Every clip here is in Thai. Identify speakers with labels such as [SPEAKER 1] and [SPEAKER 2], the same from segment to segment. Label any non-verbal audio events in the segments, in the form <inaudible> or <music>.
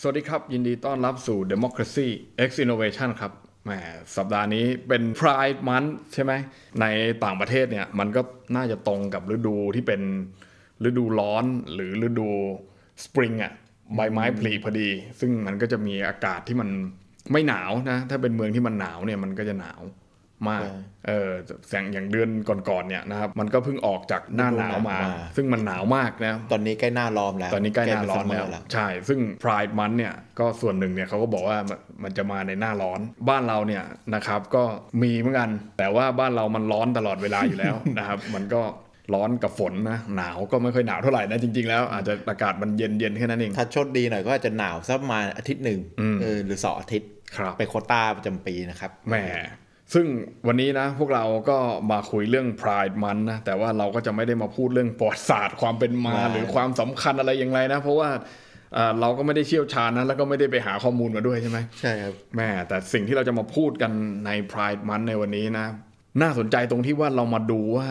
[SPEAKER 1] สวัสดีครับ ยินดีต้อนรับสู่ Democracy X Innovation ครับแหมสัปดาห์นี้เป็น Pride Month ใช่ไหม ในต่างประเทศเนี่ย มันก็น่าจะตรงกับฤดูที่เป็นฤดูร้อนหรือฤดู Spring อะ่ะใบไม้ผลิพอดี ซึ่งมันก็จะมีอากาศที่มันไม่หนาวนะ ถ้าเป็นเมืองที่มันหนาวเนี่ย มันก็จะหนาวมาก
[SPEAKER 2] ใช่
[SPEAKER 1] เอออย่างอย่างเดือนก่อนๆเนี่ยนะครับ มันก็เพิ่งออกจากหน้าหนาวมา
[SPEAKER 2] ฤดูหนาวมา
[SPEAKER 1] ซึ่งมันหนาวมากนะ
[SPEAKER 2] ตอนนี้ใกล้หน้าร้อนแล้ว
[SPEAKER 1] ตอนนี้ใกล้หน้าร้อน
[SPEAKER 2] เป็
[SPEAKER 1] แล้ว
[SPEAKER 2] summer
[SPEAKER 1] ใช่ ซึ่ง Pride Month เนี่ยก็ส่วนหนึ่งเนี่ยเขาก็บอกว่ามันมันจะมาในหน้าร้อนบ้านเราเนี่ยนะครับก็มีเหมือนกัน แต่ว่าบ้านเรามันร้อนตลอดเวลาอยู่แล้ว <laughs> นะครับ มันก็ร้อนกับฝนนะหนาวก็ไม่ค่อยหนาวเท่าไหร่นะจริงๆแล้วอาจจะอากาศมันเย็นเย็นๆแค่นั้นเอง
[SPEAKER 2] ถ้าโชคดีหน่อยก็อาจจะหนาวสักประมาณอาทิตย์หนึ่งเออหรือสองอาทิตย์
[SPEAKER 1] ครับ
[SPEAKER 2] เป็นโควต้าประจำปีนะครับ
[SPEAKER 1] แหมซึ่งวันนี้นะพวกเราก็มาคุยเรื่อง Pride มันนะ แต่ว่าเราก็จะไม่ได้มาพูดเรื่องประวัติศาสตร์ความเป็นมา
[SPEAKER 2] ใช่
[SPEAKER 1] หรือความสำคัญอะไรอย่างไรนะ เพราะว่าเอ่อเราก็ไม่ได้เชี่ยวชาญนะแล้วก็ไม่ได้ไปหาข้อมูลมาด้วยใช่ไหม
[SPEAKER 2] ใช่ครับ
[SPEAKER 1] แม่แต่สิ่งที่เราจะมาพูดกันใน Pride Month ในวันนี้นะ น่าสนใจตรงที่ว่าเรามาดูว่า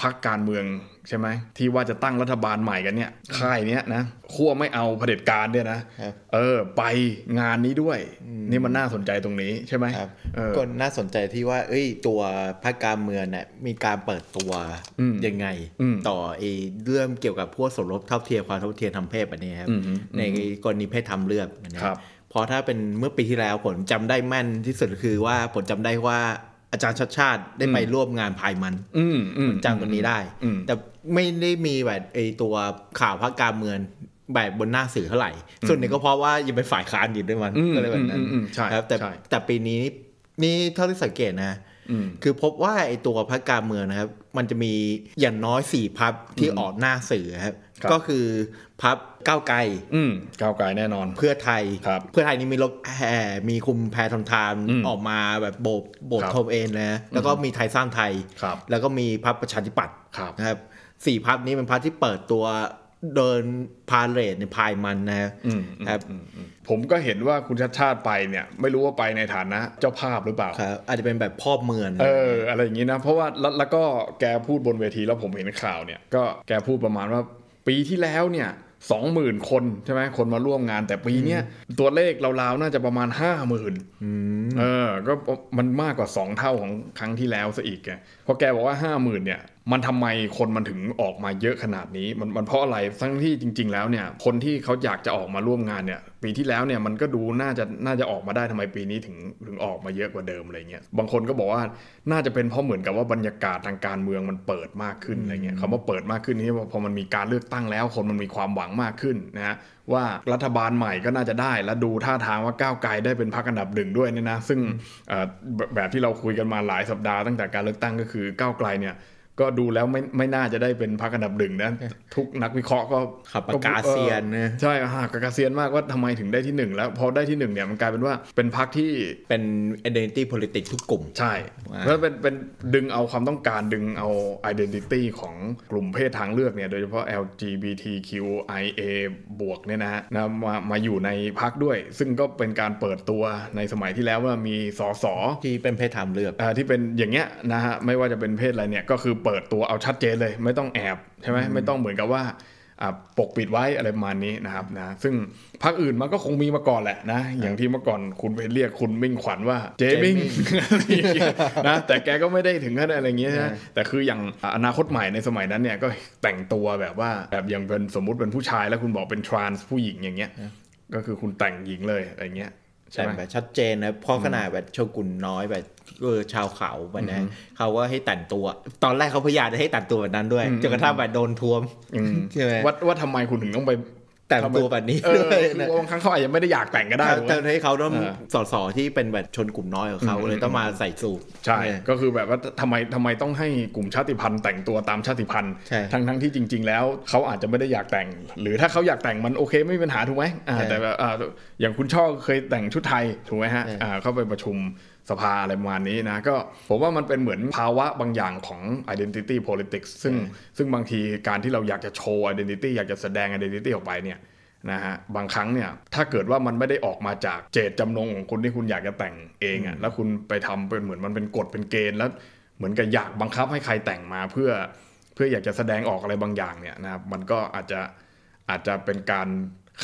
[SPEAKER 1] พักการเมืองใช่ไหม ที่ว่าจะตั้งรัฐบาลใหม่กันเนี่ยค่ายเนี้ยนะขั้วไม่เอาเผด็จการเนี่ยนะครับ เออ ไปงานนี้ด้วย นี่มันน่าสนใจตรงนี้ใช่ไหม
[SPEAKER 2] ครับ
[SPEAKER 1] เออ
[SPEAKER 2] ก็น่าสนใจที่ว่า เอ้ย ตัวภาคการเมืองเนี่ยมีการเปิดตัวยังไง
[SPEAKER 1] อืม
[SPEAKER 2] ต่อไอ้เรื่องเกี่ยวกับพวกสมรสเท่าเทียมความเท่าเทียมทางเพศแบบนี้ครับ
[SPEAKER 1] อืมอืม
[SPEAKER 2] ในกรณีเพศทางเลือกอันเนี้ย
[SPEAKER 1] ครับ
[SPEAKER 2] เพอถ้าเป็นเมื่อปีที่แล้วผมจำได้แม่นที่สุดคือว่าผมจำได้ว่าอาจารย์ชัดชาติได้ไป
[SPEAKER 1] อืม
[SPEAKER 2] ร่วมงานภายมัน
[SPEAKER 1] อืมอืม
[SPEAKER 2] จำตรงนี้ได้
[SPEAKER 1] อืม
[SPEAKER 2] แต่ไม่ได้มีแบบไอตัวข่าวพักการเมืองแบบบนหน้าสื่อเท่าไหร่ ส่วนหนึ่งก็เพราะว่ายังเป็นฝ่ายค้านอยู่ด้วยมัน
[SPEAKER 1] อืม
[SPEAKER 2] ก็เลยแบบนั้น
[SPEAKER 1] อืมอืมอืมใช่
[SPEAKER 2] ครับแต่
[SPEAKER 1] ใช่
[SPEAKER 2] แต่ปีนี้นี่เท่าที่สังเกตนะ
[SPEAKER 1] อืม
[SPEAKER 2] คือพบว่าไอตัวพักการเมืองนะครับ มันจะมีอย่างน้อยสี่พับที่ออกหน้าสื่อครับ
[SPEAKER 1] ครับ
[SPEAKER 2] ก็คือพับก้าวไกล
[SPEAKER 1] อืมก้าวไกลแน่นอน
[SPEAKER 2] เพื่อไทย
[SPEAKER 1] ครับ
[SPEAKER 2] เพื่อไทยนี่มีรบแห่มีคุมแพทองทาน
[SPEAKER 1] อืม
[SPEAKER 2] ออกมาแบบโบกโบก
[SPEAKER 1] ครับ
[SPEAKER 2] โทมเองนะ แล้วก็มีไทยสร้างไทย
[SPEAKER 1] ครับ
[SPEAKER 2] แล้วก็มีพรรคประชาธิปัตย์
[SPEAKER 1] ครับ
[SPEAKER 2] นะครับสี่พับนี้เป็นพับที่เปิดตัวเดินพาเลทในพายมันนะครับ
[SPEAKER 1] อืม
[SPEAKER 2] ครับ
[SPEAKER 1] ผมก็เห็นว่าคุณชัดชาติไปเนี่ย ไม่รู้ว่าไปในฐานะเจ้าภาพหรือเปล่า
[SPEAKER 2] ครับอาจจะเป็นแบบพ่อเมือง
[SPEAKER 1] เอออะไรอย่างนี้นะ เพราะว่าแล้วแล้วก็แกพูดบนเวทีแล้วผมเห็นข่าวเนี่ย ก็แกพูดประมาณว่าปีที่แล้วเนี่ยสองหมื่นคนใช่ไหมคนมาร่วมงาน แต่ปีเนี้ยตัวเลขราวๆน่าจะประมาณห้าหมื่นเออ ก็มันมากกว่าสองเท่าของครั้งที่แล้วซะอีกไงเพราะแกบอกว่าห้าหมื่นเนี่ย มันทำไมคนมันถึงออกมาเยอะขนาดนี้ มันมันเพราะอะไรทั้งที่จริง ๆ แล้วเนี่ย คนที่เขาอยากจะออกมาร่วมงานเนี่ย ปีที่แล้วเนี่ยมันก็ดูน่าจะน่าจะออกมาได้ทำไมปีนี้ถึงถึงออกมาเยอะกว่าเดิมอะไรเงี้ยบางคนก็บอกว่าน่าจะเป็นเพราะเหมือนกับว่าบรรยากาศทางการเมืองมันเปิดมากขึ้นอะไรเงี้ยคำว่าเปิดมากขึ้นนี่พอมันมีการเลือกตั้งแล้ว คนมันมีความหวังมากขึ้นนะฮะว่ารัฐบาลใหม่ก็น่าจะได้ และดูท่าทางว่าก้าวไกลได้เป็นพรรคอันดับหนึ่งด้วยเนี่ยนะซึ่งเอ่อแบบแบบที่เราคุยกันมาหลายสัปดาห์ตั้งแต่การเลือกตั้งก็คือก้าวไกลเนี่ย ก็ดูแล้วไม่ไม่น่าจะได้เป็นพรรคอันดับหนึ่งนะ ทุกนักวิเคราะห์ก็
[SPEAKER 2] ขับปากกาเซียน
[SPEAKER 1] ออ
[SPEAKER 2] นะ
[SPEAKER 1] ใช่หากกาเซียนมากว่าทำไมถึงได้ที่หนึ่งแล้วพอได้ที่หนึ่งเนี่ยมันกลายเป็นว่าเป็นพรรคที่
[SPEAKER 2] เป็น identity politics ทุกกลุ่ม
[SPEAKER 1] ใช่
[SPEAKER 2] ว้าว
[SPEAKER 1] แล้วเป็นเป็นดึงเอาความต้องการดึงเอา identity ของกลุ่มเพศทางเลือกเนี่ยโดยเฉพาะ LGBTQIA บวกเนี่ยนะฮะนะมามาอยู่ในพรรคด้วย ซึ่งก็เป็นการเปิดตัวในสมัยที่แล้วว่ามีสส
[SPEAKER 2] ที่เป็นเพศทางเลือก
[SPEAKER 1] อ่าที่เป็นอย่างเงี้ยนะฮะไม่ว่าจะเป็นเพศอะไรเนี่ยก็คือเปิดตัวเอาชัดเจนเลย ไม่ต้องแอบใช่ไหมไม่ต้องเหมือนกับว่าอ่าปกปิดไว้อะไรประมาณนี้นะครับนะซึ่งพรรคอื่นมันก็คงมีมาก่อนแหละนะอย่างที่เมื่อก่อนคุณไปเรียกคุณมิ่งขวัญว่าเจมิง อะไรอย่างเงี้ยนะแต่แกก็ไม่ได้ถึงขนาดอะไรอย่างเงี้ยนะแต่คืออย่างอ่าอนาคตใหม่ในสมัยนั้นเนี่ยก็แต่งตัวแบบว่าแบบอย่างเป็นสมมุติเป็นผู้ชายแล้วคุณบอกเป็นทรานส์ผู้หญิงอย่างเงี้ยก็คือคุณแต่งหญิงเลยอะไรอย่างเงี้ยใช่
[SPEAKER 2] แต่
[SPEAKER 1] ไหม
[SPEAKER 2] แบบชัดเจนนะเพราะขนาดแบบโชกุนน้อยแบบเออชาวเขาแบบนะเขาก็ให้แต่งตัว ตอนแรกเขาพยายามจะให้แต่งตัวแบบนั้นด้วยจนกระทั่งแบบโดนทวม
[SPEAKER 1] อืม
[SPEAKER 2] ใช่ไหม
[SPEAKER 1] ว่าว่าทำไมคุณถึงต้องไป
[SPEAKER 2] แต่งตัวแบบนี้
[SPEAKER 1] เออ
[SPEAKER 2] ด้วย
[SPEAKER 1] คือ
[SPEAKER 2] นะ
[SPEAKER 1] บางครั้งเขาอาจจะไม่ได้อยากแต่งก็ได้ถูกไหม
[SPEAKER 2] แต่ให้เขาต้อง
[SPEAKER 1] เออ
[SPEAKER 2] สอสอที่เป็นแบบชนกลุ่มน้อยของเขาเลยต้องมาใส่สูท
[SPEAKER 1] ใช่ ก็คือแบบว่าทำไมทำไมต้องให้กลุ่มชาติพันธุ์แต่งตัวตามชาติพันธุ์
[SPEAKER 2] ใช่
[SPEAKER 1] ทั้งทั้งที่จริง ๆ แล้วเขาอาจจะไม่ได้อยากแต่ง หรือถ้าเขาอยากแต่งมันโอเคไม่มีปัญหาถูกไหมอ่า
[SPEAKER 2] ใช่
[SPEAKER 1] แต่แบบอ่าอย่างคุณช่อเคยแต่งชุดไทยถูกไหมฮะ
[SPEAKER 2] ใช่
[SPEAKER 1] อ่าเข้าไปประชุมสภาอะไรประมาณนี้นะก็ผมว่ามันเป็นเหมือนภาวะบางอย่างของ identity politics ซึ่งซึ่งบางทีการที่เราอยากจะโชว์ identity อยากจะแสดง identity ออกไปเนี่ย นะฮะบางครั้งเนี่ยถ้าเกิดว่ามันไม่ได้ออกมาจากเจตจำนงของคุณที่คุณอยากจะแต่งเองอะ่ะแล้วคุณไปทำเป็นเหมือนมันเป็นกฎเป็นเกณฑ์แล้วเหมือนกับอยากบังคับให้ใครแต่งมาเพื่อเพื่ออยากจะแสดงออกอะไรบางอย่างเนี่ยนะครับมันก็อาจจะอาจจะเป็นการ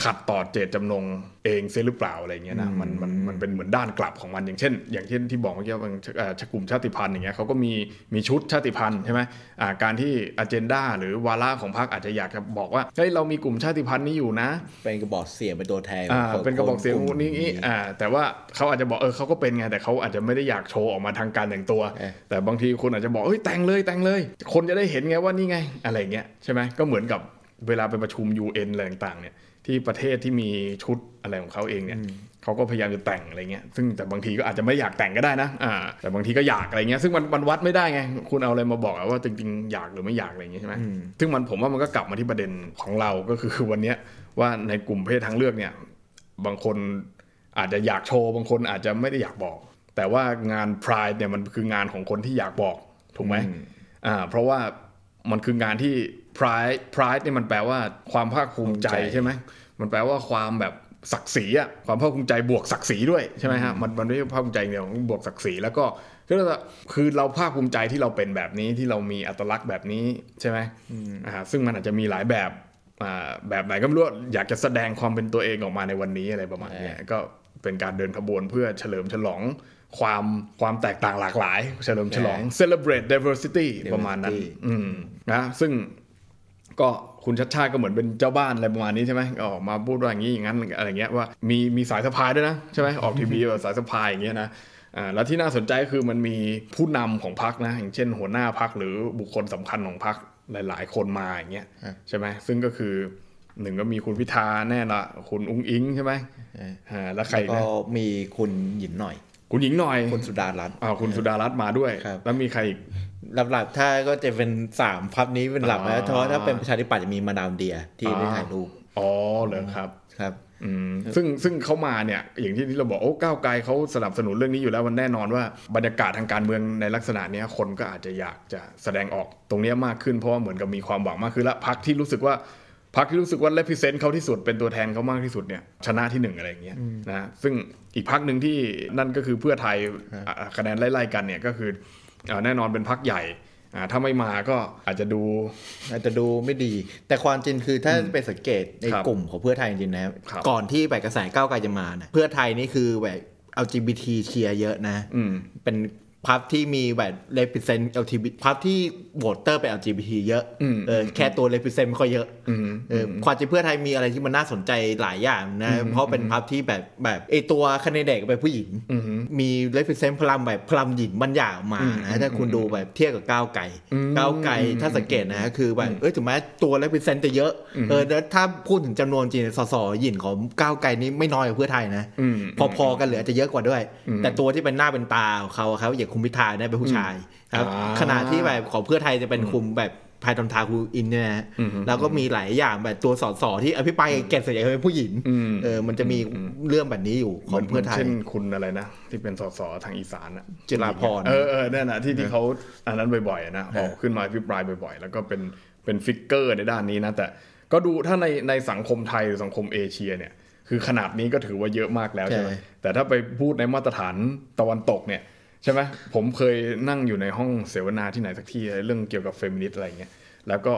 [SPEAKER 1] ขัดต่อเจตจำนงเองเสียหรือเปล่าอะไรเงี้ยนะมันมันมันเป็นเหมือนด้านกลับของมันอย่างเช่น อย่างเช่นที่บอกเมื่อกี้ว่าบางเอ่อชกลุ่มชาติพันธุ์อย่างเงี้ยเขาก็มีมีชุดชาติพันธุ์ใช่ไหมอ่าการที่อเจนดาหรือวาระของพรรคอาจจะอยากจะบอกว่าเฮ้ยเรามีกลุ่มชาติพันธุ์นี้อยู่นะ
[SPEAKER 2] เป็นกระบอกเสียงเป็นตัวแทน
[SPEAKER 1] อ่า
[SPEAKER 2] ของ
[SPEAKER 1] เป็นกระบอกเสียง
[SPEAKER 2] ค
[SPEAKER 1] นี้
[SPEAKER 2] นี้
[SPEAKER 1] อ่าแต่ว่าเขาอาจจะบอกเออเขาก็เป็นไงแต่เขาอาจจะไม่ได้อยากโชว์ออกมาทางการแต่งตัว
[SPEAKER 2] เออ
[SPEAKER 1] แต่บางทีคุณอาจจะบอกเอ้ยแต่งเลยแต่งเลย คนจะได้เห็นไงว่านี่ไงอะไรเงี้ยใช่ไหมก็เหมือนกับเวลาไปประชุม UN อะไรต่างๆเนี่ยที่ประเทศที่มีชุดอะไรของเขาเองเนี่ยเขาก็พยายามจะแต่งอะไรเงี้ยซึ่งแต่บางทีก็อาจจะไม่อยากแต่งก็ได้นะอ่าแต่บางทีก็อยากอะไรเงี้ยซึ่งมันมันวัดไม่ได้ไงคุณเอาอะไรมาบอกอะว่าจริงๆอยากหรือไม่อยากอะไรเงี้ยใช่ไหมซึ่งมันผมว่ามันก็กลับมาที่ประเด็นของเราก็คือวันเนี้ยว่าในกลุ่มเพศทางเลือกเนี่ย บางคนอาจจะอยากโชว์บางคนอาจจะไม่ได้อยากบอก แต่ว่างานพรายเนี่ยมันคืองานของคนที่อยากบอกถูกไหมอ่าเพราะว่ามันคืองานที่พรายพรายเนี่ยมันแปลว่าความภาคภูมิใจ
[SPEAKER 2] ภูมิใจ
[SPEAKER 1] ใช่ไหมมันแปลว่าความแบบศักดิ์ศรีอะความภาคภูมิใจบวกศักดิ์ศรีด้วยใช่ไหมฮะมันมันไม่ใช่ภาคภูมิใจอย่างเดียวมันบวกศักดิ์ศรีแล้วก็ก็คือเราภาคภูมิใจที่เราเป็นแบบนี้ที่เรามีอัตลักษณ์แบบนี้ใช่ไหมอ่าซึ่งมันอาจจะมีหลายแบบ อ่าแบบไหนก็ไม่รู้อยากจะแสดงความเป็นตัวเองออกมาในวันนี้อะไรประมาณเนี้ยก็เป็นการเดินขบวนเพื่อเฉลิมฉลองความความแตกต่างหลากหลาย เฉลิมฉลอง celebrate diversity ประมาณนั้น อืมนะซึ่งก็คุณชัดชาติก็เหมือนเป็นเจ้าบ้านอะไรประมาณนี้ใช่ไหมก็ออกมาพูดว่าอย่างนี้อย่างนั้นอะไรเงี้ยว่ามีมีสายสะพายด้วยนะใช่ไหมออกที <laughs> วีแบบสายสะพายอย่างเงี้ยนะอ่าแล้วที่น่าสนใจก็คือมันมีผู้นำของพรรคนะอย่างเช่น หัวหน้าพรรคหรือบุคคลสำคัญของพรรคหลาย ๆ คนมาอย่างเงี้ยใช่ไหมซึ่งก็คือหนึ่งก็มีคุณพิธาแน่ละคุณอุ้งอิงใช่ไหมอ่าแล้วใครอีก
[SPEAKER 2] ก็
[SPEAKER 1] นะ
[SPEAKER 2] มีคุณหยินหน่อย
[SPEAKER 1] คุณหญิงหน่อย
[SPEAKER 2] คุณสุดารัตน์
[SPEAKER 1] อ่าคุณสุดารัตน์มาด้วย
[SPEAKER 2] ครับ
[SPEAKER 1] แล้วมีใครอีก
[SPEAKER 2] หลับๆถ้าก็จะเป็นสามพับนี้เป็นหลับ
[SPEAKER 1] อ๋
[SPEAKER 2] นะ
[SPEAKER 1] อ
[SPEAKER 2] เพราะว่าถ้าเป็นประชาธิปัตย์จะมีมาดามเดียที่
[SPEAKER 1] อ๋อ
[SPEAKER 2] ได้ถ่ายรูป
[SPEAKER 1] อ๋อเหรอครับ
[SPEAKER 2] ครับ
[SPEAKER 1] อืมซึ่งซึ่งเขามาเนี่ยอย่างที่ที่เราบอกโอ้ก้าวไกลเขาสนับสนุนเรื่องนี้อยู่แล้วมันแน่นอนว่าบรรยากาศทางการเมืองในลักษณะเนี้ยคนก็อาจจะอยากจะแสดงออกตรงเนี้ยมากขึ้นเพราะว่าเหมือนกับมีความหวังมากขึ้นและพักที่รู้สึกว่าพักที่รู้สึกว่าเลพิเซนต์เขาที่สุดเป็นตัวแทนเขามากที่สุดเนี่ยชนะที่หนึ่งอะไรอย่างเงี้ยนะซึ่งอีกพักหนึ่งที่นั่นก็คือเพื่อไทยอ่ะคะแนนไล่ๆกันเนี่ยก็คืออ่ะแน่นอนเป็นพักใหญ่อ่ะถ้าไม่มาก็อาจจะดู
[SPEAKER 2] อาจจะดูไม่ดี แต่ความจริงคือถ้าไปสังเกตใน
[SPEAKER 1] ครับ
[SPEAKER 2] กลุ่มของเพื่อไทยจริงๆนะครับ ก่อนที่แบบกระแสก้าวไกลจะมานะเพื่อไทยนี่คือแบบ LGBT เชียร์เยอะนะ
[SPEAKER 1] อืม
[SPEAKER 2] เป็นพับที่มีแบบ represent LGBT พับที่โหวตเตอร์เป็น LGBT เยอะ
[SPEAKER 1] อืม
[SPEAKER 2] เออแค่ตัว represent ไม่ค่อยเยอะ
[SPEAKER 1] อืม
[SPEAKER 2] เออความจริงเพื่อไทยมีอะไรที่มันน่าสนใจหลายอย่างนะ เพราะเป็นพับที่แบบแบบไอตัวคะแนนเด็กเป็นผู้หญิง
[SPEAKER 1] อืม
[SPEAKER 2] มีเลฟิเซนพลังแบบพลังหยินบรรยายออกมานะถ้าคุณดูแบบเทียบกับก้าวไก่
[SPEAKER 1] อืม
[SPEAKER 2] ก้าวไก่ถ้าสังเกตนะคือแบบเอ้ยถึงแม้ตัวเลฟิเซนจะเยอะเออแล้วถ้าพูดถึงจำนวนจริงสสหยินของก้าวไก่นี่ไม่น้อยกว่าเพื่อไทยนะ
[SPEAKER 1] อืม
[SPEAKER 2] พอๆกันเหลือจะเยอะกว่าด้วย แต่ตัวที่เป็นหน้าเป็นตาของเขาครับอย่างคุณพิธาเนี่ยเป็นผู้ชายครับ
[SPEAKER 1] อ่า
[SPEAKER 2] ขณะที่แบบของเพื่อไทยจะเป็นคุมแบบพายตำทาคูอินเนี่ยนะแล้วก็มีหลายอย่างแบบตัวสสที่อภิปรายเก่งส่วนใหญ่เป็นผู้หญิงเออมันจะมีเรื่องแบบนี้อยู่ข
[SPEAKER 1] เหมือ
[SPEAKER 2] อง
[SPEAKER 1] น
[SPEAKER 2] เพื่อไทย
[SPEAKER 1] เช่นคุณอะไรนะ ที่เป็นสสทางอีสานอะ
[SPEAKER 2] จิราพร
[SPEAKER 1] เออเออนั่นนะที่ที่เขาอันนั้นบ่อยๆอะนะออกขึ้นมาพิปรายบ่อยๆ แล้วก็เป็นเป็นฟิกเกอร์ในด้านนี้นะ แต่ก็ดูถ้าในในสังคมไทยหรือสังคมเอเชียเนี่ย คือขนาดนี้ก็ถือว่าเยอะมากแล้วใช่ไหม
[SPEAKER 2] ใช่
[SPEAKER 1] แต่ถ้าไปพูดในมาตรฐานตะวันตกเนี่ย ใช่ไหมผมเคยนั่งอยู่ในห้องเสวนาที่ไหนสักที่เรื่องเกี่ยวกับเฟมินิสต์อะไรเงี้ยแล้วก็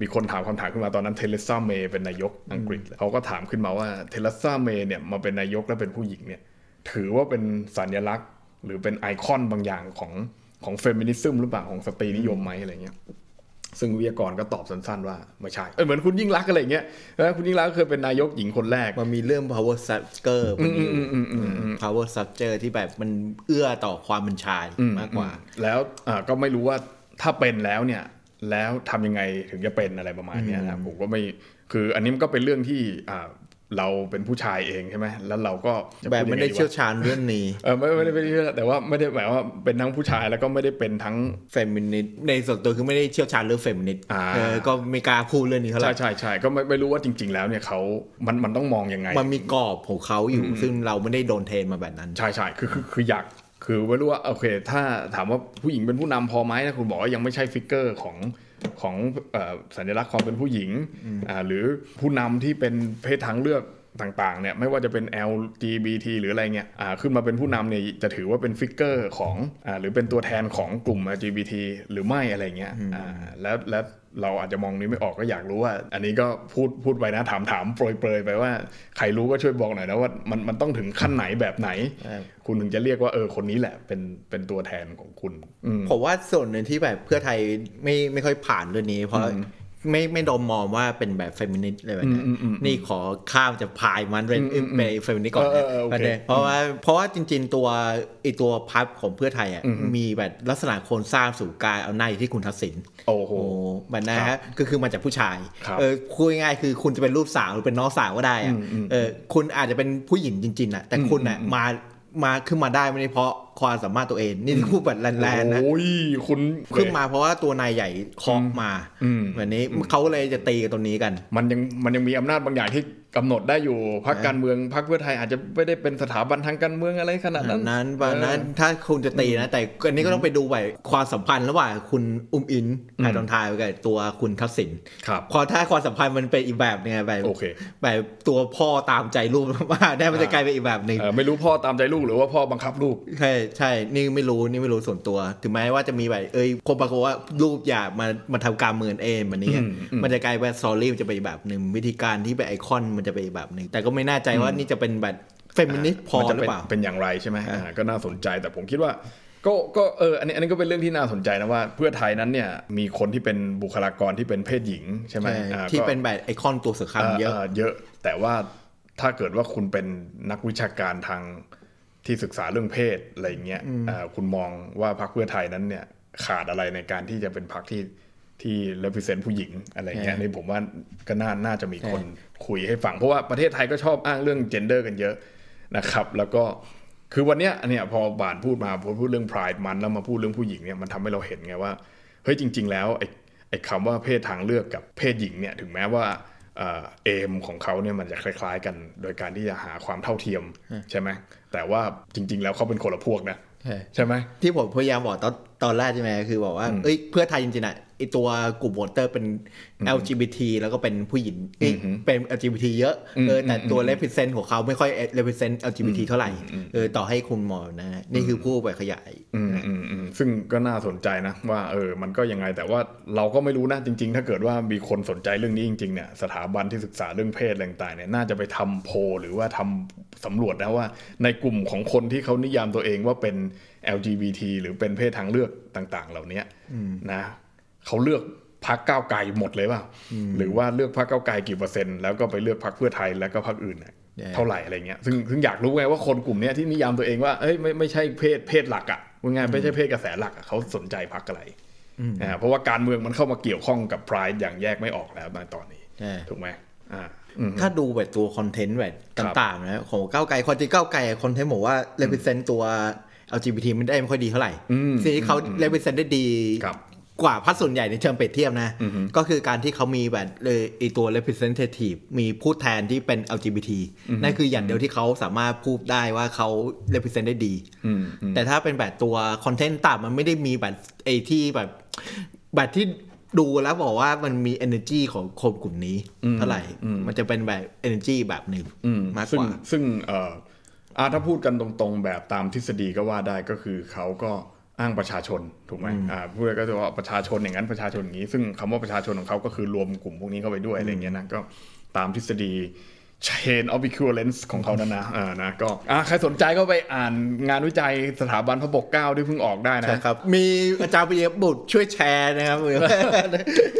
[SPEAKER 1] มีคนถามคำถามขึ้นมาตอนนั้นเทเลซ่าเมย์เป็นนายกอังกฤษเขาก็ถามขึ้นมาว่าเทเลซ่าเมย์เนี่ยมาเป็นนายกและเป็นผู้หญิงเนี่ย ถือว่าเป็นสัญลักษณ์ หรือเป็นไอคอนบางอย่างของของเฟมินิซึมหรือเปล่าของสตรีนิยมไหมอะไรเงี้ย ซึ่งวิทยากรก็ตอบสั้นๆว่าไม่ใช่เอ้ยเหมือนคุณยิ่งรักษณ์อะไรเงี้ยแล้วคุณยิ่งรักษณ์ก็เคยเป็นนายกหญิงคนแรก
[SPEAKER 2] มันมีเรื่อง power structure มันมีอยู่
[SPEAKER 1] อืมอืมอืมอืม
[SPEAKER 2] power structure ที่แบบมันเอื้อต่อความเป็นชายมากกว่า
[SPEAKER 1] แล้วอ่าก็ไม่รู้ว่าถ้าเป็นแล้วเนี่ย แล้วทำยังไงถึงจะเป็นอะไรประมาณเนี้ยนะผมก็ไม่คืออันนี้มันก็เป็นเรื่องที่อ่าเราเป็นผู้ชายเองใช่ไหมแล้วเราก็จะ
[SPEAKER 2] แบบ
[SPEAKER 1] พูยั
[SPEAKER 2] ไม่
[SPEAKER 1] งง
[SPEAKER 2] ได้เชี่ยว
[SPEAKER 1] วะ
[SPEAKER 2] ชาญเรื่องนี้
[SPEAKER 1] เออไม่ไม่ได้ไม่ได้เชื่อแต่ว่าไม่ได้หมายว่าเป็นทั้งผู้ชายแล้วก็ไม่ได้เป็นทั้ง
[SPEAKER 2] เฟมินิสในส่วนตัวคือไม่ได้เชี่ยวชาญเรื่องเฟมินิส
[SPEAKER 1] อ่า
[SPEAKER 2] เออก็ไม่กล้าพูดเรื่องนี้เท่าไห
[SPEAKER 1] ใช่
[SPEAKER 2] ร่
[SPEAKER 1] ใช่ใช่ก็ไม่ไม่รู้ว่าจริง ๆ แล้วเนี่ยเขามันมันต้องมองยังไง
[SPEAKER 2] มันมีกรอบของเขาอยู่ ซึ่งเราไม่ได้โดนเทรนมาแบบนั้น
[SPEAKER 1] ใช่ใช่คือคือคืออยากคือไม่รู้ว่าโอเค ถ้าถามว่าผู้หญิงเป็นผู้นำพอไหมนะคุณบอกว่ายังไม่ใช่ฟิกเกอร์ของของเออสัญลักษณ์ความเป็นผู้หญิงอ่าหรือผู้นำที่เป็นเพศทางเลือก ต่างๆเนี่ยไม่ว่าจะเป็น LGBT หรืออะไรเงี้ยอ่าขึ้นมาเป็นผู้นำเนี่ยจะถือว่าเป็นฟิกเกอร์ของอ่าหรือเป็นตัวแทนของกลุ่ม LGBT หรือไม่อะไรเงี้ยอ่าแล้วแล้วเราอาจจะมองนี้ไม่ออกก็อยากรู้ว่า อันนี้ก็พูดพูดไปนะถามถามโปรยเปรยไปว่าใครรู้ก็ช่วยบอกหน่อยนะว่ามันมันต้องถึงขั้นไหนแบบไหน
[SPEAKER 2] ใช่
[SPEAKER 1] คุณถึงจะเรียกว่าเออคนนี้แหละเป็นเป็นตัวแทนของคุณอืม
[SPEAKER 2] ผมว่าส่วนหนึ่งที่แบบเพื่อไทยไม่ไม่ค่อยผ่านเรื่องนี้ เพราะไม่ไม่โดมมองว่าเป็นแบบเฟมินิสต์อะไรแบบนี้
[SPEAKER 1] อืมอืมอืม
[SPEAKER 2] นี่ขอข้ามจะพายมันเป็น
[SPEAKER 1] อืมอืม
[SPEAKER 2] เป็นเฟมินิสต์ก่อน
[SPEAKER 1] เออเออโอเค
[SPEAKER 2] ประเด็นเพราะว่าเพราะว่าจริง ๆ ตัวไอตัวพับของเพื่อไทยอ่ะ
[SPEAKER 1] อืมอืม
[SPEAKER 2] มีแบบลักษณะโครงสร้างสู่การเอาหน้าอยู่ที่คุณทักษิณ
[SPEAKER 1] โอ้โห
[SPEAKER 2] โอ้มันนะ
[SPEAKER 1] ครั
[SPEAKER 2] ฮะ
[SPEAKER 1] บ
[SPEAKER 2] ก็คือมาจากผู้ชาย
[SPEAKER 1] ครับ
[SPEAKER 2] เออคุยง่ายๆคือคุณจะเป็นรูปสาวหรือเป็นน้องสาวก็ได้อะ
[SPEAKER 1] อืมอืม
[SPEAKER 2] เออคุณอาจจะเป็นผู้หญิงจริงๆอ่ะแต่คุณอ่ะ
[SPEAKER 1] อืม
[SPEAKER 2] มามาขึ้นมาได้ไม่ได้เพราะความสามารถตัวเอง นี่คือพูดแบบแรงๆนะ
[SPEAKER 1] โอ้ยคุณ
[SPEAKER 2] ขึ้นมาเพราะว่าตัวนายใหญ่เคาะมา
[SPEAKER 1] อืม
[SPEAKER 2] แบบนี้เขาเลยจะตีกันตรงนี้กัน
[SPEAKER 1] มันยังมันยังมีอำนาจบางอย่างที่กำหนดได้อยู่พรรค
[SPEAKER 2] อ่า
[SPEAKER 1] การเมืองพรรคเพื่อไทยอาจจะไม่ได้เป็นสถาบันทางการเมืองอะไรขนาดนั้น
[SPEAKER 2] นั้นวันนั้นถ้าคุณจะตีนะ แต่อันนี้ก็ต้องไปดูแบบความสัมพันธ์ระหว่างคุณอุ้มอิน
[SPEAKER 1] อืม
[SPEAKER 2] ไายตอนทายกับตัวคุณทักษิณ
[SPEAKER 1] ครับ
[SPEAKER 2] พอถ้าความสัมพันธ์มันเป็นอีกแบบเนี่ยแบบ
[SPEAKER 1] โอเค
[SPEAKER 2] แบบตัวพ่อตามใจลูกมากๆได้มันจะกลายเป็นอีกแบบหนึ่ง
[SPEAKER 1] เอ่อไม่รู้พ่อตามใจลูกหรือว่าพ่อบังคับลูก
[SPEAKER 2] ใช่ใช่นี่ไม่รู้นี่ไม่รู้ส่วนตัว ถึงแม้ว่าจะมีแบบเอ้ยคนบางคนว่าลูกอยากมามาทำการเมืองเองแบบนี้
[SPEAKER 1] อืมอืม
[SPEAKER 2] มันจะกลายเป็นซอรี่จะไปนอีกแบบหนึ่งวิธีการที่เป็นไอคอนมันจะไปนอีกแบบหนึ่งแต่ก็ไม่แน่ใจว่านี่จะเป็นแบบเฟมินิสต์พอ
[SPEAKER 1] มันจะ
[SPEAKER 2] หรือเปล่า
[SPEAKER 1] นนอย่างไรใช่ไหมอ่าก็น่าสนใจแต่ผมคิดว่า ก็ก็เอออันนี้อันนี้ก็เป็นเรื่องที่น่าสนใจนะว่า เพื่อไทยนั้นเนี่ยมีคนที่เป็นบุคลากรที่เป็นเพศหญิงใช่ไหม
[SPEAKER 2] ใช่
[SPEAKER 1] อ่า
[SPEAKER 2] ที่
[SPEAKER 1] ก็
[SPEAKER 2] เป็นแบบไอคอนตัวสำคัญเยอะ
[SPEAKER 1] เยอะแต่ว่าถ้าเกิดว่าคุณเป็นนักวิชาการทางที่ศึกษาเรื่องเพศอะไรอย่างเงี้ยเอ่อคุณมองว่าพรรคเพื่อไทยนั้นเนี่ยขาดอะไรในการที่จะเป็นพรรคที่ที่ represent ผู้หญิงอะไรเงี้ย
[SPEAKER 2] ใช่
[SPEAKER 1] นี่ผมว่าก็น่าน่าจะมี
[SPEAKER 2] ใช่
[SPEAKER 1] คนคุยให้ฟัง เพราะว่าประเทศไทยก็ชอบอ้างเรื่อง gender กันเยอะนะครับ แล้วก็คือวันเนี้ยเนี่ยพอบานพูดมาพอพูดเรื่อง pride มันแล้วมาพูดเรื่องผู้หญิงเนี่ยมันทำให้เราเห็นไงว่าเฮ้ยจริง ๆ แล้วไอ้ไอ้คำว่าเพศทางเลือกกับเพศหญิงเนี่ยถึงแม้ว่า เอ่อเอมของเขาเนี่ยมันจะคล้ายๆกัน โดยการที่จะหาความเท่าเทียมใช่ไหมแต่ว่าจริง ๆ แล้วเขาเป็นคนละพวกนะ
[SPEAKER 2] ใช่
[SPEAKER 1] ใช่ไหม
[SPEAKER 2] ที่ผมพยายามบอกตอนตอนแรกใช่ไหมคือบอกว่าเอ้ยเพื่อไทยจริงๆอ่ะไอตัวกลุ่มโหวตเตอร์เป็น LGBT แล้วก็เป็นผู้หญิงเอ้ยเป็น LGBT เยอะเออแต่ตัว represent ของเขาไม่ค่อย represent LGBT เท่าไหร่เออต่อให้คุณหมอนะ นี่คือผู้ไปขยาย
[SPEAKER 1] อืมอืมอืมซึ่งก็น่าสนใจนะว่าเออมันก็ยังไงแต่ว่าเราก็ไม่รู้นะจริง ๆ ถ้าเกิดว่ามีคนสนใจเรื่องนี้จริงๆเนี่ยสถาบันที่ศึกษาเรื่องเพศอะไรต่างๆเนี่ยน่าจะไปทำโพลหรือว่าทำสำรวจนะว่า ในกลุ่มของคนที่เขานิยามตัวเองว่าเป็น LGBT หรือเป็นเพศทางเลือกต่างๆ เหล่านี้นะเขาเลือกพักก้าวไกลหมดเลยเปล่าหรือว่าเลือกพักก้าวไกลกี่เปอร์เซ็นต์แล้วก็ไปเลือกพักเพื่อไทยแล้วก็พักอื่นเนี่ย
[SPEAKER 2] ใช่
[SPEAKER 1] เท่าไหร่อะไรเงี้ยซึ่งซึ่งอยากรู้ไงว่าคนกลุ่มเนี้ยที่นิยามตัวเองว่าเอ้ยไม่ไม่ใช่เพศเพศหลักอะ่ะว่าไงไม่ใช่เพศกระแสหลักอะเขาสนใจพักอะไรอ่าเพราะว่าการเมืองมันเข้ามาเกี่ยวข้องกับพรายอย่างแยกไม่ออกแล้วในตอนนี้
[SPEAKER 2] ใช่
[SPEAKER 1] ถูกไหมอ่าอืม
[SPEAKER 2] ถ้าดูแบบตัวคอนเทนต์แบบต่างๆนะของก้าวไกลคอนเทนต์ก้าวไกลคอนเทนต์บอกว่า represent ตัว LGBT ไม่ได้ไม่ค่อยดีเท่าไหร่
[SPEAKER 1] อืม
[SPEAKER 2] สิ่งที่เขา represent ได้ดี
[SPEAKER 1] ครับ
[SPEAKER 2] กว่าพัดส่วนใหญ่ในเชิงเปรียบเทียบนะ ก็คือการที่เขามีแบบเลยไอตัว representative มีผู้แทนที่เป็น LGBT นั่นคืออย่างเดียวที่เขาสามารถพูดได้ว่าเขา represent ได้ดี
[SPEAKER 1] อืมอืม
[SPEAKER 2] แต่ถ้าเป็นแบบตัวคอนเทนต์ต่างมันไม่ได้มีแบบไอที่แบบแบบที่ดูแล้วบอกว่ามันมี energy ของคนกลุ่มนี้เท่าไหร่ มันจะเป็นแบบ energy แบบหนึ่ง
[SPEAKER 1] อืม
[SPEAKER 2] มาก
[SPEAKER 1] ซึ่
[SPEAKER 2] ก
[SPEAKER 1] ง
[SPEAKER 2] ว่า
[SPEAKER 1] ซึ่งเอ่ออ่าถ้าพูดกันตรงๆ แบบตามทฤษฎีก็ว่าได้ก็คือเขาก็อ้างประชาชนถูกไหมอ่าพูดก็จะว่าประชาชนอย่างนั้นประชาชนอย่างนี้ ซึ่งคำว่าประชาชนของเขาก็คือรวมกลุ่มพวกนี้เข้าไปด้วยอะไรเงี้ยนะก็ตามทฤษฎี chain of equivalence ของเขานั่นนะอ่านะก็อ่าใครสนใจก็ไปอ่านงานวิจัยสถาบันพระปกเกล้าที่เพิ่งออกได้นะ
[SPEAKER 2] นะครับ มีอาจารย์ปิยบุตรช่วยแชร์นะครับ <laughs>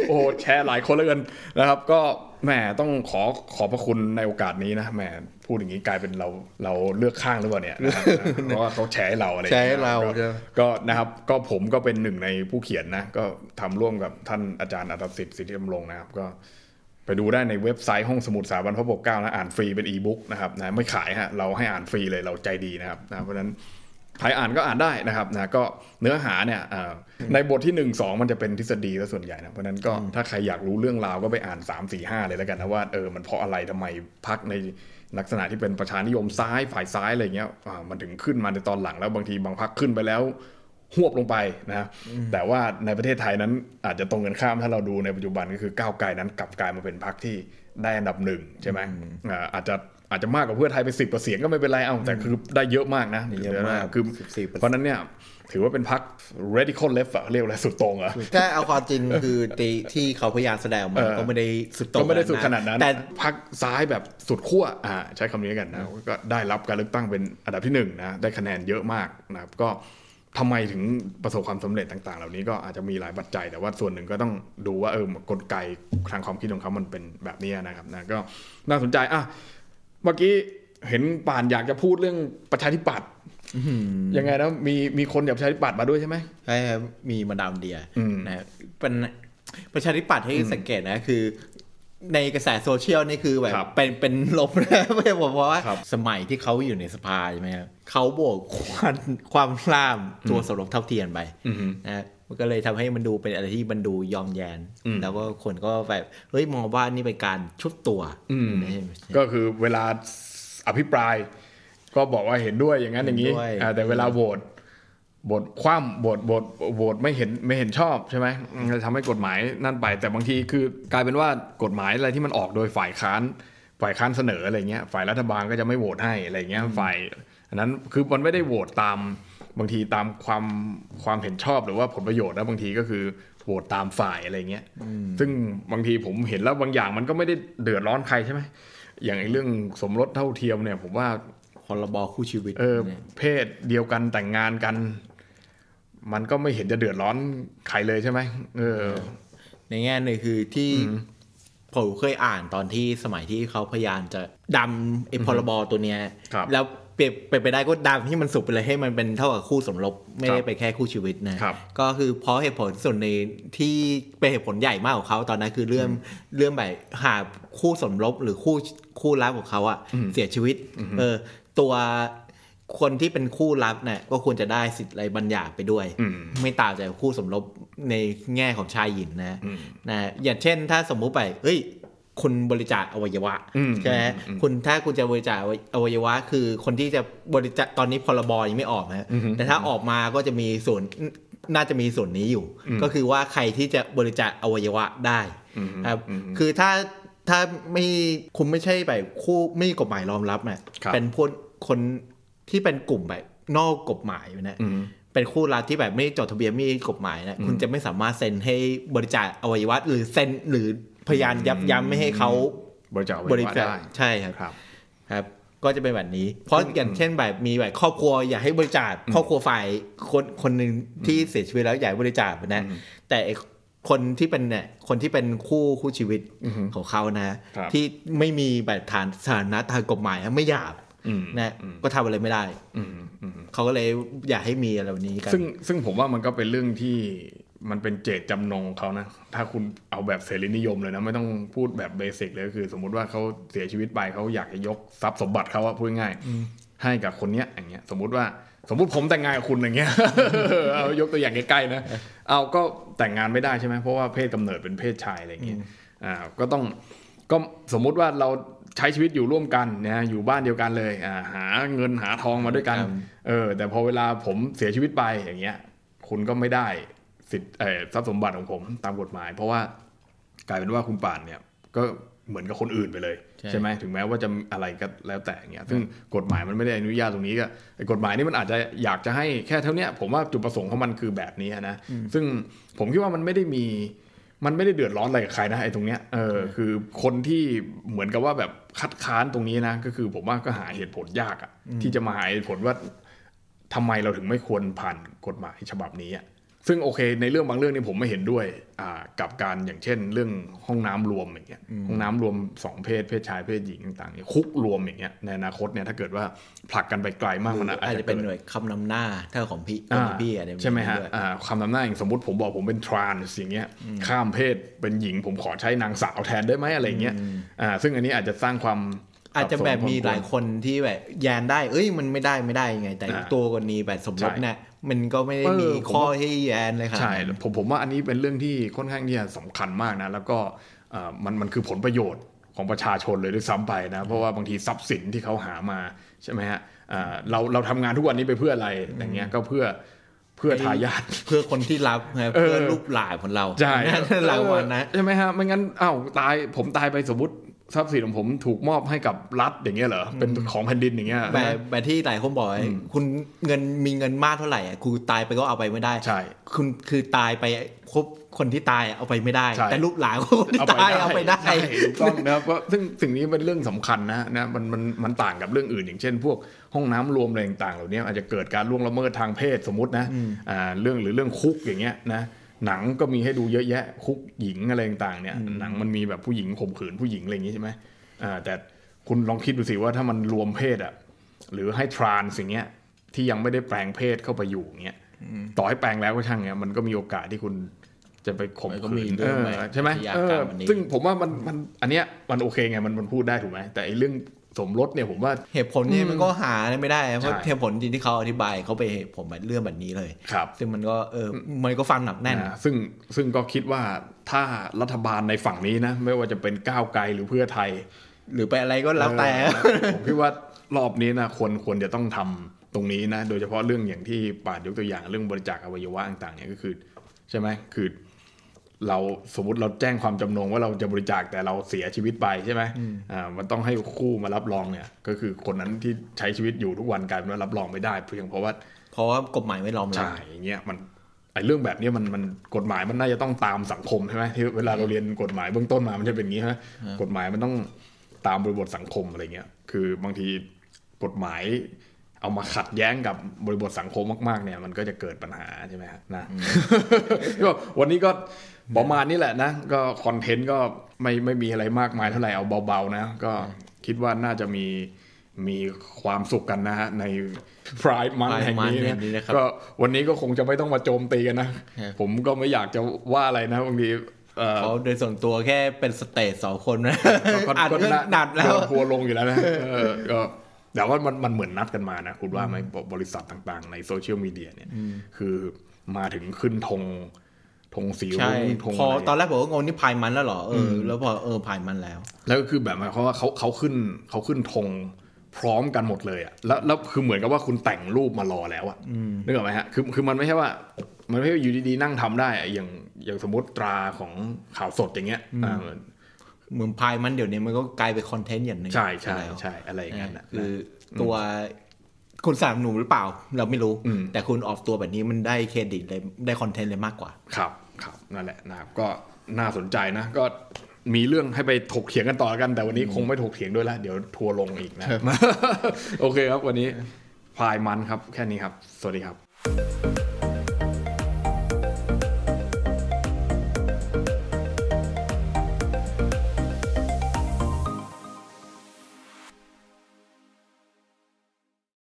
[SPEAKER 1] โอ้โหแชร์หลายคนเหลยกันนะครับ ก็แหมต้องขอขอบพระคุณในโอกาสนี้นะแหมพูดอย่างนี้กลายเป็นเราเราเลือกข้างหรือเปล่าเนี่ย
[SPEAKER 2] <laughs>
[SPEAKER 1] นะครับ เพราะว่าเขาแชร์ให้เราอะไรอย่งงี้ย
[SPEAKER 2] แชร์ให้เรา
[SPEAKER 1] ก็
[SPEAKER 2] ใช่ไหม
[SPEAKER 1] ก็นะครับก็ผมก็เป็นหนึ่งในผู้เขียนนะ ก็ทำร่วมกับท่านอาจารย์อัตสิทธิ์สิทธิดำรงนะครับก็ ไปดูได้ในเว็บไซต์ห้องสมุดสถาบันพระปกเกล้านะอ่านฟรีเป็นอีบุ๊กนะครับนะไม่ขายฮะเราให้อ่านฟรีเลยเราใจดีนะครับนะเพราะฉะนั้นใครอ่านก็อ่านได้นะครับนะก็เนื้อหาเนี่ยเอ่อในบทที่ 1 2 มันจะเป็นทฤษฎีซะส่วนใหญ่นะเพราะฉะนั้นก็ถ้าใครอยากรู้เรื่องราวก็ไปอ่าน 3 4 5 เลยแล้วกันนะว่าเออมันเพราะอะไรทำไมพักในลักษณะที่เป็นประชานิยมซ้ายฝ่ายซ้ายอะไรเงี้ยอ่ามันถึงขึ้นมาในตอนหลังแล้วบางทีบางพักขึ้นไปแล้ว หวบลงไปนะแต่ว่าในประเทศไทยนั้นอาจจะตรงกันข้ามถ้าเราดูในปัจจุบันก็คือก้าวไกลนั้นกลับกลายมาเป็นพรรคที่ได้อันดับหนึ่งใช่ไหมอ่าอาจจะ อาจจะมากกว่าเพื่อไทยไปสิบกว่าเสียงก็ไม่เป็นไรเอาแต่คือได้เยอะมากนะ
[SPEAKER 2] เยอะมาก
[SPEAKER 1] คือ
[SPEAKER 2] 14%
[SPEAKER 1] เพราะฉะนั้นเนี่ยถือว่าเป็นพรรค radical left อะเรียกอะไรสุดโตรงเหรอะ
[SPEAKER 2] ถ้าเอาความจริง
[SPEAKER 1] <laughs>
[SPEAKER 2] คือตีที่เขาพยายามแสดงออกมา
[SPEAKER 1] เออ
[SPEAKER 2] ก็ไม่ได้สุดโต่ง
[SPEAKER 1] ก็ไม่ได้สุดขนาดนั้น
[SPEAKER 2] แต่
[SPEAKER 1] พักซ้ายแบบสุดขั้วอ่าใช้คำนี้กันนะก็ได้รับการเลือกตั้งเป็นอันดับที่หนึ่งนะได้คะแนนเยอะมากนะครับก็ทำไมถึงประสบความสำเร็จต่าง ๆ เหล่านี้ก็อาจจะมีหลายปัจจัย แต่ว่าส่วนหนึ่งก็ต้องดูว่าเออกลไกทางความคิดของเขามันเป็นแบบนี้นะครับนะก็น่าสนใจอ่ะเมื่อกี้เห็นป่านอยากจะพูดเรื่องประชาธิปัตย์ยังไงนะมีมีคนอยากประชาธิปัตย์มาด้วยใช่ไหม
[SPEAKER 2] ใช่ครับมีมาดามเดีย
[SPEAKER 1] อืม
[SPEAKER 2] นะเป็นประชาธิปัตย์ที่สังเกตนะคือ ในกระแสโซเชียลนี่คือแบบ
[SPEAKER 1] ครับ
[SPEAKER 2] เป็นเป็นลบนะ <laughs> ไม่ใช่ผมเพราะว่า
[SPEAKER 1] ครับ
[SPEAKER 2] สมัยที่เขาอยู่ในสภาใช่ไหมครับเขาโบกความความล่ามตัวสมรบเท่าเทียมไป
[SPEAKER 1] อือฮึ
[SPEAKER 2] นะมันก็เลยทำให้มันดูเป็นอะไรที่มันดูยอมแยน
[SPEAKER 1] อืม
[SPEAKER 2] แล้วก็คนก็แบบเฮ้ยมองว่านี่เป็นการชุบตัว
[SPEAKER 1] อืม
[SPEAKER 2] นะ
[SPEAKER 1] ก็คือเวลาอภิปราย ก็บอกว่าเห็นด้วยอย่างนั้นอย่างนี้
[SPEAKER 2] เห็นด้วย
[SPEAKER 1] อ่าแต่เวลาโหวตโหวตคว่ำโหวตโหวตโหวตไม่เห็นไม่เห็นชอบใช่ไหมอืมจะทำให้กฎหมายนั่นไป แต่บางทีคือกลายเป็นว่ากฎหมายอะไรที่มันออกโดยฝ่ายค้าน ฝ่ายค้านเสนออะไรเงี้ย ฝ่ายรัฐบาลก็จะไม่โหวตให้อะไรเงี้ยฝ่ายอันนั้นคือมันไม่ได้โหวตตามบางทีตามความความเห็นชอบหรือว่าผลประโยชน์นะบางทีก็คือโหวตตามฝ่ายอะไรเงี้ยซึ่งบางทีผมเห็นแล้วบางอย่างมันก็ไม่ได้เดือดร้อนใครใช่ไหมอย่างไอ้เรื่องสมรสเท่าเทียมเนี่ยผมว่า
[SPEAKER 2] พรบคู่ชีวิต
[SPEAKER 1] เออ
[SPEAKER 2] นะ
[SPEAKER 1] เพศเดียวกันแต่งงานกัน มันก็ไม่เห็นจะเดือดร้อนใครเลยใช่ไหมเออ
[SPEAKER 2] ในแง่หนึ่งคือที่ ผมเคยอ่านตอนที่สมัยที่เขาพยายามจะดำไอ้พรบตัวเนี้ย
[SPEAKER 1] ครับ
[SPEAKER 2] แล้วเปลี่ยนเป็นไปได้ก็ดำที่มันสุกไปเลยให้มันเป็นเท่ากับคู่สมรสไม่ได้ไปแค่คู่ชีวิตนะครับก็คือเพราะเหตุผลส่วนในที่เป็นเหตุผลใหญ่มากของเขาตอนนั้นคือเรื่องเรื่องแบบหากคู่สมรสหรือคู่คู่รักของเขาอะเสียชีวิตเออตัวคนที่เป็นคู่รักเนี่ยก็ควรจะได้สิทธิ์อะไรบางอย่างไปด้วย
[SPEAKER 1] อืม
[SPEAKER 2] ไม่ต่างจากคู่สมรสในแง่ของชายหญิงนะนะอย่างเช่นถ้าสมมุติไปเอ้ย คุณบริจาคอวัยวะ
[SPEAKER 1] อืม
[SPEAKER 2] ใช่ไหมคุณถ้าคุณจะบริจาคอวัยวะ คือคนที่จะบริจาคตอนนี้พรบยังไม่ออกนะ
[SPEAKER 1] อือฮึ
[SPEAKER 2] แต่ถ้าออกมาก็จะมีส่วนน่าจะมีส่วนนี้อยู่ ก็คือว่าใครที่จะบริจาคอวัยวะได้
[SPEAKER 1] อือฮึ
[SPEAKER 2] ครับ
[SPEAKER 1] อือฮึ
[SPEAKER 2] คือถ้าถ้าไม่คุณไม่ใช่แบบคู่ไม่มีกฎหมายรองรับเนี่ย
[SPEAKER 1] ครับ
[SPEAKER 2] เป็นพวกคนที่เป็นกลุ่มแบบนอกกฎหมายเนะ
[SPEAKER 1] อืม
[SPEAKER 2] เป็นคู่รักที่แบบไม่จดทะเบียนไม่มีกฎหมายนะคุณจะไม่สามารถเซ็นให้บริจาคอวัยวะหรือเซ็นหรือพยานยับยั้งไม่ให้เขา
[SPEAKER 1] บริจาคอวั
[SPEAKER 2] บ
[SPEAKER 1] ย
[SPEAKER 2] ริ
[SPEAKER 1] วะ
[SPEAKER 2] จาค
[SPEAKER 1] ได้
[SPEAKER 2] ใช่ครับ
[SPEAKER 1] ครับ
[SPEAKER 2] ครับ ก็จะเป็นแบบนี้ เพราะอย่างเช่นแบบมีแบบครอบครัวอยากให้บริจาคครอบครัวฝ่ายคนคนหนึ่งที่เสียชีวิตแล้วอยากให้บริจาคนะแต่ไอ้คนที่เป็นเนี่ยคนที่เป็นคู่คู่ชีวิตของเขานะ
[SPEAKER 1] ครับ
[SPEAKER 2] ที่ไม่มีแบบฐานสถานะทางกฎหมายนะไม่อยาก
[SPEAKER 1] อืม
[SPEAKER 2] นะก็ทำอะไรไม่ได้
[SPEAKER 1] อืมอืม
[SPEAKER 2] เขาก็เลยอยากให้มีอะไรแบบนี้กัน
[SPEAKER 1] ซึ่งซึ่งผมว่ามันก็เป็นเรื่องที่มันเป็นเจตจำนงของเขานะ ถ้าคุณเอาแบบเสรีนิยมเลยนะ ไม่ต้องพูดแบบเบสิกเลยก็คือ สมมุติว่าเขาเสียชีวิตไปเขาอยากจะยกทรัพย์สมบัติเขาอะพูดง่ายๆให้กับคนเนี้ยอย่างเงี้ย สมมุติว่าสมมุติผมแต่งงานกับคุณอย่างเงี้ย <laughs> เอายกตัวอย่างใกล้ๆนะ เอาก็แต่งงานไม่ได้ใช่ไหมเพราะว่าเพศกำเนิดเป็นเพศชายอะไรอย่างเงี้ยอ่าก็ต้อง ก็สมมุติว่าเราใช้ชีวิตอยู่ร่วมกันนะฮะอยู่บ้านเดียวกันเลยอ่าหาเงินหาทองมาด้วยกัน
[SPEAKER 2] ครับ
[SPEAKER 1] เออ แต่พอเวลาผมเสียชีวิตไปอย่างเงี้ย คุณก็ไม่ได้สิทธิ์เอ่อทรัพย์สมบัติของผมตามกฎหมาย เพราะว่ากลายเป็นว่าคุณป่านเนี่ยก็เหมือนกับคนอื่นไปเลย
[SPEAKER 2] ใช่
[SPEAKER 1] ไหมถึงแม้ว่าจะอะไรก็แล้วแต่อย่างเงี้ยซึ่งกฎหมายมันไม่ได้อนุญาตตรงนี้ก็ไอ้กฎหมายนี่มันอาจจะอยากจะให้แค่เท่าเนี้ยผมว่าจุดประสงค์ของมันคือแบบนี้นะซึ่งผมคิดว่ามันไม่ได้มี มันไม่ได้เดือดร้อนอะไรกับใครนะไอ้ตรงเนี้ย เออ คือคนที่เหมือนกับว่าแบบคัดค้านตรงนี้นะ ก็คือผมว่าก็หาเหตุผลยากอะที่จะมาหาเหตุผลว่าทำไมเราถึงไม่ควรผ่านกฎหมายฉบับนี้อะซึ่งโอเค ในเรื่องบางเรื่องนี่ผมไม่เห็นด้วยอ่ากับการอย่างเช่น เรื่องห้องน้ำรวมอย่างเงี้ย ห้องน้ำรวมสองเพศเพศชายเพศหญิงต่างๆเนี่ยคุกรวมอย่างเงี้ยในอนาคตเนี่ยถ้าเกิดว่าผลักกันไปไกลมากมันอา
[SPEAKER 2] อา
[SPEAKER 1] จ
[SPEAKER 2] จ
[SPEAKER 1] จะ
[SPEAKER 2] จะ
[SPEAKER 1] เป็
[SPEAKER 2] เป็น นหน่วยคำนำหน้าถ้าของพี่
[SPEAKER 1] อ่า
[SPEAKER 2] ของพี่อะไรแบบนี้
[SPEAKER 1] ใช่ไหมฮะ
[SPEAKER 2] ด้วย
[SPEAKER 1] อ่าคำนำหน้าอย่างสมมติผมบอกผมเป็นทรานส์อย่างเงี้ยข้ามเพศเป็นหญิงผมขอใช้นางสาวแทนได้ไหมอะไรเงี้ยอ่าซึ่งอันนี้อาจจะสร้างความ
[SPEAKER 2] อาจจะแบบมีหลาย
[SPEAKER 1] สับสน
[SPEAKER 2] คนที่แบบแยนได้ เอ้ยมันไม่ได้ไม่ได้ยังไง แต่
[SPEAKER 1] อ่า
[SPEAKER 2] ตัวกรณีแบบสมรส
[SPEAKER 1] ใช่
[SPEAKER 2] เนี่ยมันก็ไม่ได้
[SPEAKER 1] เออ
[SPEAKER 2] มี
[SPEAKER 1] ผม
[SPEAKER 2] ข้อ
[SPEAKER 1] ว่า
[SPEAKER 2] ให้แยนเลยค่ะ
[SPEAKER 1] ใช่ผมผมว่าอันนี้เป็นเรื่องที่ค่อนข้างที่จะสำคัญมากนะแล้วก็เอ่อมันมันคือผลประโยชน์ของประชาชนเลยด้วยซ้ำไปนะเพราะว่าบางทีทรัพย์สินที่เขาหามาใช่ไหมฮะอ่าเราเราทำงานทุกวันนี้ไปเพื่ออะไรอย่างเงี้ยก็เพื่อเพื่อ
[SPEAKER 2] ไอ้
[SPEAKER 1] ทายาท
[SPEAKER 2] เพื่อคนที่รับนะ
[SPEAKER 1] เออ
[SPEAKER 2] เพื่อลูกหลานของเรา
[SPEAKER 1] ใช่
[SPEAKER 2] นั่นรางวัลนะ
[SPEAKER 1] ใช่ไหมฮะไม่งั้นอ้าวตายผมตายไปสมมติ ทรัพย์สินของผมถูกมอบให้กับรัฐอย่างเงี้ยเหรอเป็นของแผ่นดินอย่างเงี้ย
[SPEAKER 2] แบบแบบที่หลายคนบอกไอ้คุณเงินมีเงินมากเท่าไหร่อะคุณตายไปก็เอาไปไม่ได้
[SPEAKER 1] ใช่
[SPEAKER 2] คุณคือตายไปครบคนที่ตายเอาไปไม่ได้
[SPEAKER 1] ใช่
[SPEAKER 2] แต่ลูกหลานของคนที่ตายเอาไปได้
[SPEAKER 1] ใช่ถูกต้องนะครับก็ซึ่งสิ่งนี้เป็นเรื่องสำคัญนะนะมันมันมันต่างกับเรื่องอื่น อย่างเช่น พวกห้องน้ำรวมอะไรต่างๆเหล่านี้อาจจะเกิดการล่วงละเมิดทางเพศสมมตินะอ่าเรื่องหรือเรื่องคุกอย่างเงี้ยนะหนังก็มีให้ดูเยอะแยะคุกหญิงอะไรต่างๆเนี่ยหนังมันมีแบบผู้หญิงข่มขืนผู้หญิงอะไรอย่างงี้ใช่ไหมอ่าแต่คุณลองคิดดูสิว่าถ้ามันรวมเพศอ่ะหรือให้ทรานสิ่างเงี้ยที่ยังไม่ได้แปลงเพศเข้าไปอยู่อย่างเงี้ยต่อให้แปลงแล้วก็ช่างเนี่ยมันก็มีโอกาสที่คุณจะไปข่ม
[SPEAKER 2] มันก็
[SPEAKER 1] ขื
[SPEAKER 2] มี
[SPEAKER 1] น
[SPEAKER 2] เรื่องใหม่
[SPEAKER 1] เออใช่ไหม
[SPEAKER 2] อาชญา
[SPEAKER 1] เอก
[SPEAKER 2] ร
[SPEAKER 1] อ
[SPEAKER 2] รมอันนี้
[SPEAKER 1] ซึ่ง ผมว่ามันมันอันเนี้ยมันโอเคไงมันมันพูดได้ถูกไหมแต่ไอ้เรื่องสมรสเนี่ยผมว่า
[SPEAKER 2] เหตุผลเนี่ยมันก็หาไม่ได้เพราะ
[SPEAKER 1] ใช่
[SPEAKER 2] เหตุผลจริงที่เขาอธิบายเขาไปเหตุผลแบบเรื่องแบบนี้เลย
[SPEAKER 1] ครับ
[SPEAKER 2] ซึ่งมันก็เออมันก็ฟังหนักแน่น
[SPEAKER 1] อ่าซึ่งซึ่งก็คิดว่าถ้ารัฐบาลในฝั่งนี้นะ ไม่ว่าจะเป็นก้าวไกลหรือเพื่อไทย
[SPEAKER 2] หรือไปอะไรก็แล้วแต่
[SPEAKER 1] เออผมคิดว่ารอบนี้นะควรควรจะต้องทำตรงนี้นะ โดยเฉพาะเรื่องอย่างที่ป่านยกตัวอย่างเรื่องบริจาคอวัยวะต่างๆเนี่ยก็คือ ใช่ไหมคือ เราสมมติเราแจ้งความจำนงว่าเราจะบริจาคแต่เราเสียชีวิตไปใช่ไหมอ่ามันต้องให้คู่มารับรองเนี่ย ก็คือคนนั้นที่ใช้ชีวิตอยู่ทุกวันกลายเป็นว่ารับรองไม่ได้เพียงเพราะว่า
[SPEAKER 2] <laughs> เพราะว่ากฎหมายไม่รองรับ
[SPEAKER 1] ใช่อย่างเงี้ยมันไอ้เรื่องแบบเนี้ยมันมันกฎหมายมันน่าจะต้องตามสังคมใช่ไหมที่เวลาเราเรียนกฎหมายเบื้องต้นมามันจะเป็นอย่างงี้ใช่ไหมกฎหมายมันต้องตามบริบทสังคมอะไรเงี้ยคือบางทีกฎหมาย เอามาขัดแย้งกับบริบทสังคมมากๆเนี่ยมันก็จะเกิดปัญหาใช่ไหมฮะนะ <laughs> ก็วันนี้ก็ประมาณนี้แหละนะ ก็คอนเทนต์ก็ไม่ไม่มีอะไรมากมายเท่าไหร่เอาเบาๆนะ ก็คิดว่าน่าจะมีมีความสุขกันนะฮะใน Pride Month
[SPEAKER 2] Pride
[SPEAKER 1] แห่งนี้
[SPEAKER 2] Month แห่
[SPEAKER 1] นะ
[SPEAKER 2] งนี้นะครับ
[SPEAKER 1] ก็วันนี้ก็คงจะไม่ต้องมาโจมตีกันนะ ผมก็ไม่อยากจะว่าอะไรนะบางทีเอ่อ
[SPEAKER 2] เขาโดยส่วนตัวแค่เป็นสเตจสองคนนะ
[SPEAKER 1] ก็
[SPEAKER 2] อ่านเรื่องหนักแล้ว
[SPEAKER 1] โดนทัวร์ลงอยู่แล้วนะเออก็แต่ว่ามันมันเหมือนนัดกันมานะ คุณว่าไหมบริษัทต่างๆ ในโซเชียลมีเดียเนี่ย คือมาถึงขึ้นธงธงสี
[SPEAKER 2] ใช่
[SPEAKER 1] รุ้งธง
[SPEAKER 2] พอตอ
[SPEAKER 1] อะ
[SPEAKER 2] น
[SPEAKER 1] ไร
[SPEAKER 2] แรกผมก็งงนี่พายมันแล้วเหรอ เออ แล้วพอเออพายมันแล้ว
[SPEAKER 1] แล้วก็คือแบบหมายความว่าเขาเขาขึ้นเขาขึ้นธงพร้อมกันหมดเลยอะแล้วแล้วคือเหมือนกับว่าคุณแต่งรูปมารอแล้วอะนึกออกไหมฮะคือคือมันไม่ใช่ว่า มันไม่ใช่ว่าอยู่ดีๆนั่งทำได้อะอย่างอย่างสมมติตราของข่าวสดอย่างเงี้ยอ่า
[SPEAKER 2] เหมือนพายมันเดี๋ยวนี้มันก็กลายเป็นคอนเทนต์อย่างหนึ่ง
[SPEAKER 1] ใช่ใช่
[SPEAKER 2] แล้ว
[SPEAKER 1] ใช่อะไรอย่างนั้นนะ
[SPEAKER 2] คือตัวคุณสามหนูหรือเปล่า เราไม่รู้ แต่คุณออกตัวแบบนี้มันได้เครดิตเลยได้คอนเทนต์เลยมากกว่า
[SPEAKER 1] ครับครับนั่นแหละนะครับก็น่าสนใจนะ ก็มีเรื่องให้ไปถกเถียงกันต่อแล้วกัน แต่วันนี้คงไม่ถกเถียงด้วยละเดี๋ยวทัวร์ลงอีกนะ โอเคครับวันนี้พายมันครับแค่นี้ครับ สวัสดีครับ